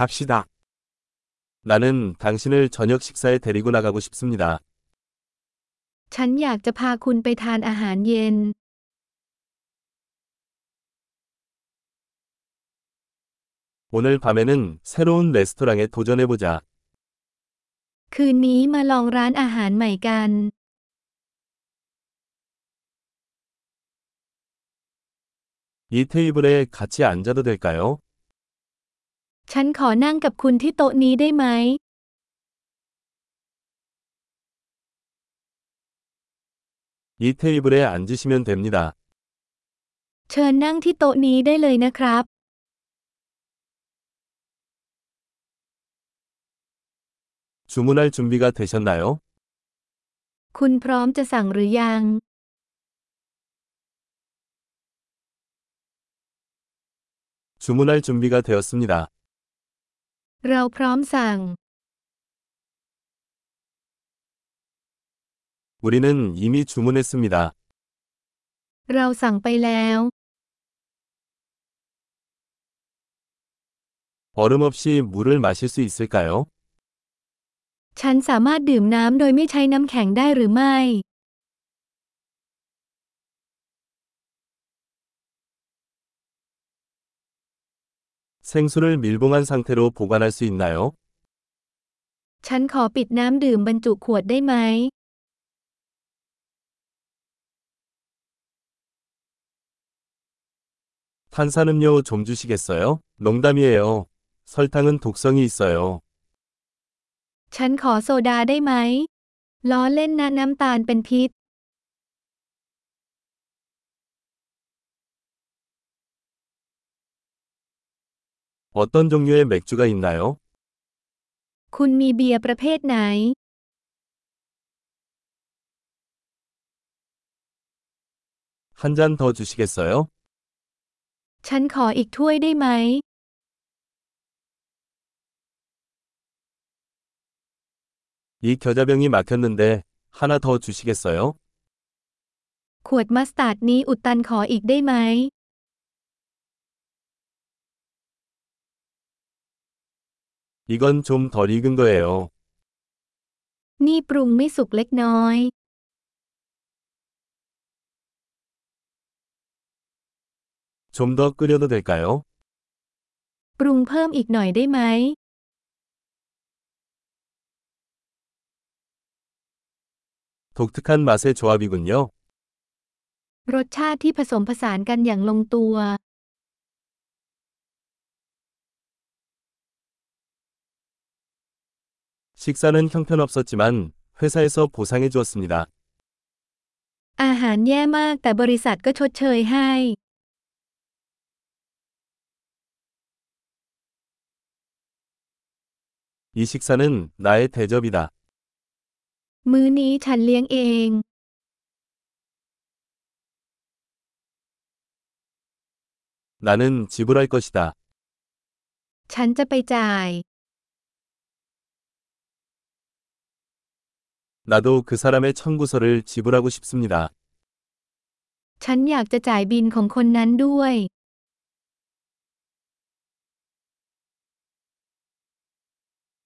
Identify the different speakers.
Speaker 1: 갑시다. 나는 당신을 저녁 식사에 데리고 나가고 싶습니다.
Speaker 2: ฉันอยากจะพาคุณไปทานอาหารเย็น
Speaker 1: 오늘 밤에는 새로운 레스토랑에 도전해보자.
Speaker 2: คืนนี้มาลองร้านอาหารใหม่กัน
Speaker 1: 이 테이블에 같이 앉아도 될까요?
Speaker 2: ฉันขอนั่งกับคุณที่โต๊ะนี้ได้ไหม
Speaker 1: 이 테이블에 앉으시면 됩니다.
Speaker 2: เชิญนั่งที่โต๊ะนี้ได้เลยนะครับ
Speaker 1: 주문할 준비가 되셨나요?
Speaker 2: คุณพร้อมจะสั่งหรือยัง
Speaker 1: 주문할 준비가 되었습니다.
Speaker 2: เราพร้อมสั่ง
Speaker 1: 우리는 이미 주문했습니다.
Speaker 2: เราสั่งไปแล้ว
Speaker 1: 얼음 없이 물을 마실 수 있을까요?
Speaker 2: ฉันสามารถดื่มน้ำโดยไม่ใช้น้ำแข็งได้หรือไม่
Speaker 1: 생수를 밀봉한 상태로 보관할 수 있나요?
Speaker 2: ฉันขอปิดน้ำดื่มบรรจุขวดได้ไหม
Speaker 1: 탄산음료 좀 주시겠어요? 농담이에요. 설탕은 독성이 있어요.
Speaker 2: ฉันขอโซดาได้ไหม ล้อเล่นนะน้ำตาลเป็นพิษ
Speaker 1: 어떤 종류의 맥주가 있나요?
Speaker 2: คุณมีเบียร์ประเภทไหน
Speaker 1: 한 잔 더 주시겠어요?
Speaker 2: ฉันขออีกถ้วยได้ไหม
Speaker 1: 이 겨자병이 막혔는데 하나 더 주시겠어요?
Speaker 2: ขวดมัสตาร์ดนี้อุดตันขออีกได้ไหม
Speaker 1: 이건 좀 덜 익은 거예요.
Speaker 2: นี่ปรุงไม่สุกเล็กน้อย
Speaker 1: 좀 더 끓여도 될까요?
Speaker 2: ปรุงเพิ่มอีกหน่อยได้ไหม
Speaker 1: 독특한 맛의 조합이군요.
Speaker 2: รสชาติที่ผสมผสานกันอย่างลงตัว
Speaker 1: 식사는 형편없었지만 회사에서 보상해 주었습니다.
Speaker 2: อาหารแย่มากแต่บริษัทก็ชดเชยให้
Speaker 1: 이 식사는 나의 대접이다.
Speaker 2: มื้อนี้ฉันเลี้ยงเอง
Speaker 1: 나는 지불할 것이다.
Speaker 2: ฉันจะไปจ่าย
Speaker 1: 나도 그 사람의 청구서를 지불하고 싶습니다.
Speaker 2: ฉันอยากจะจ่ายบินของคนนั้นด้วย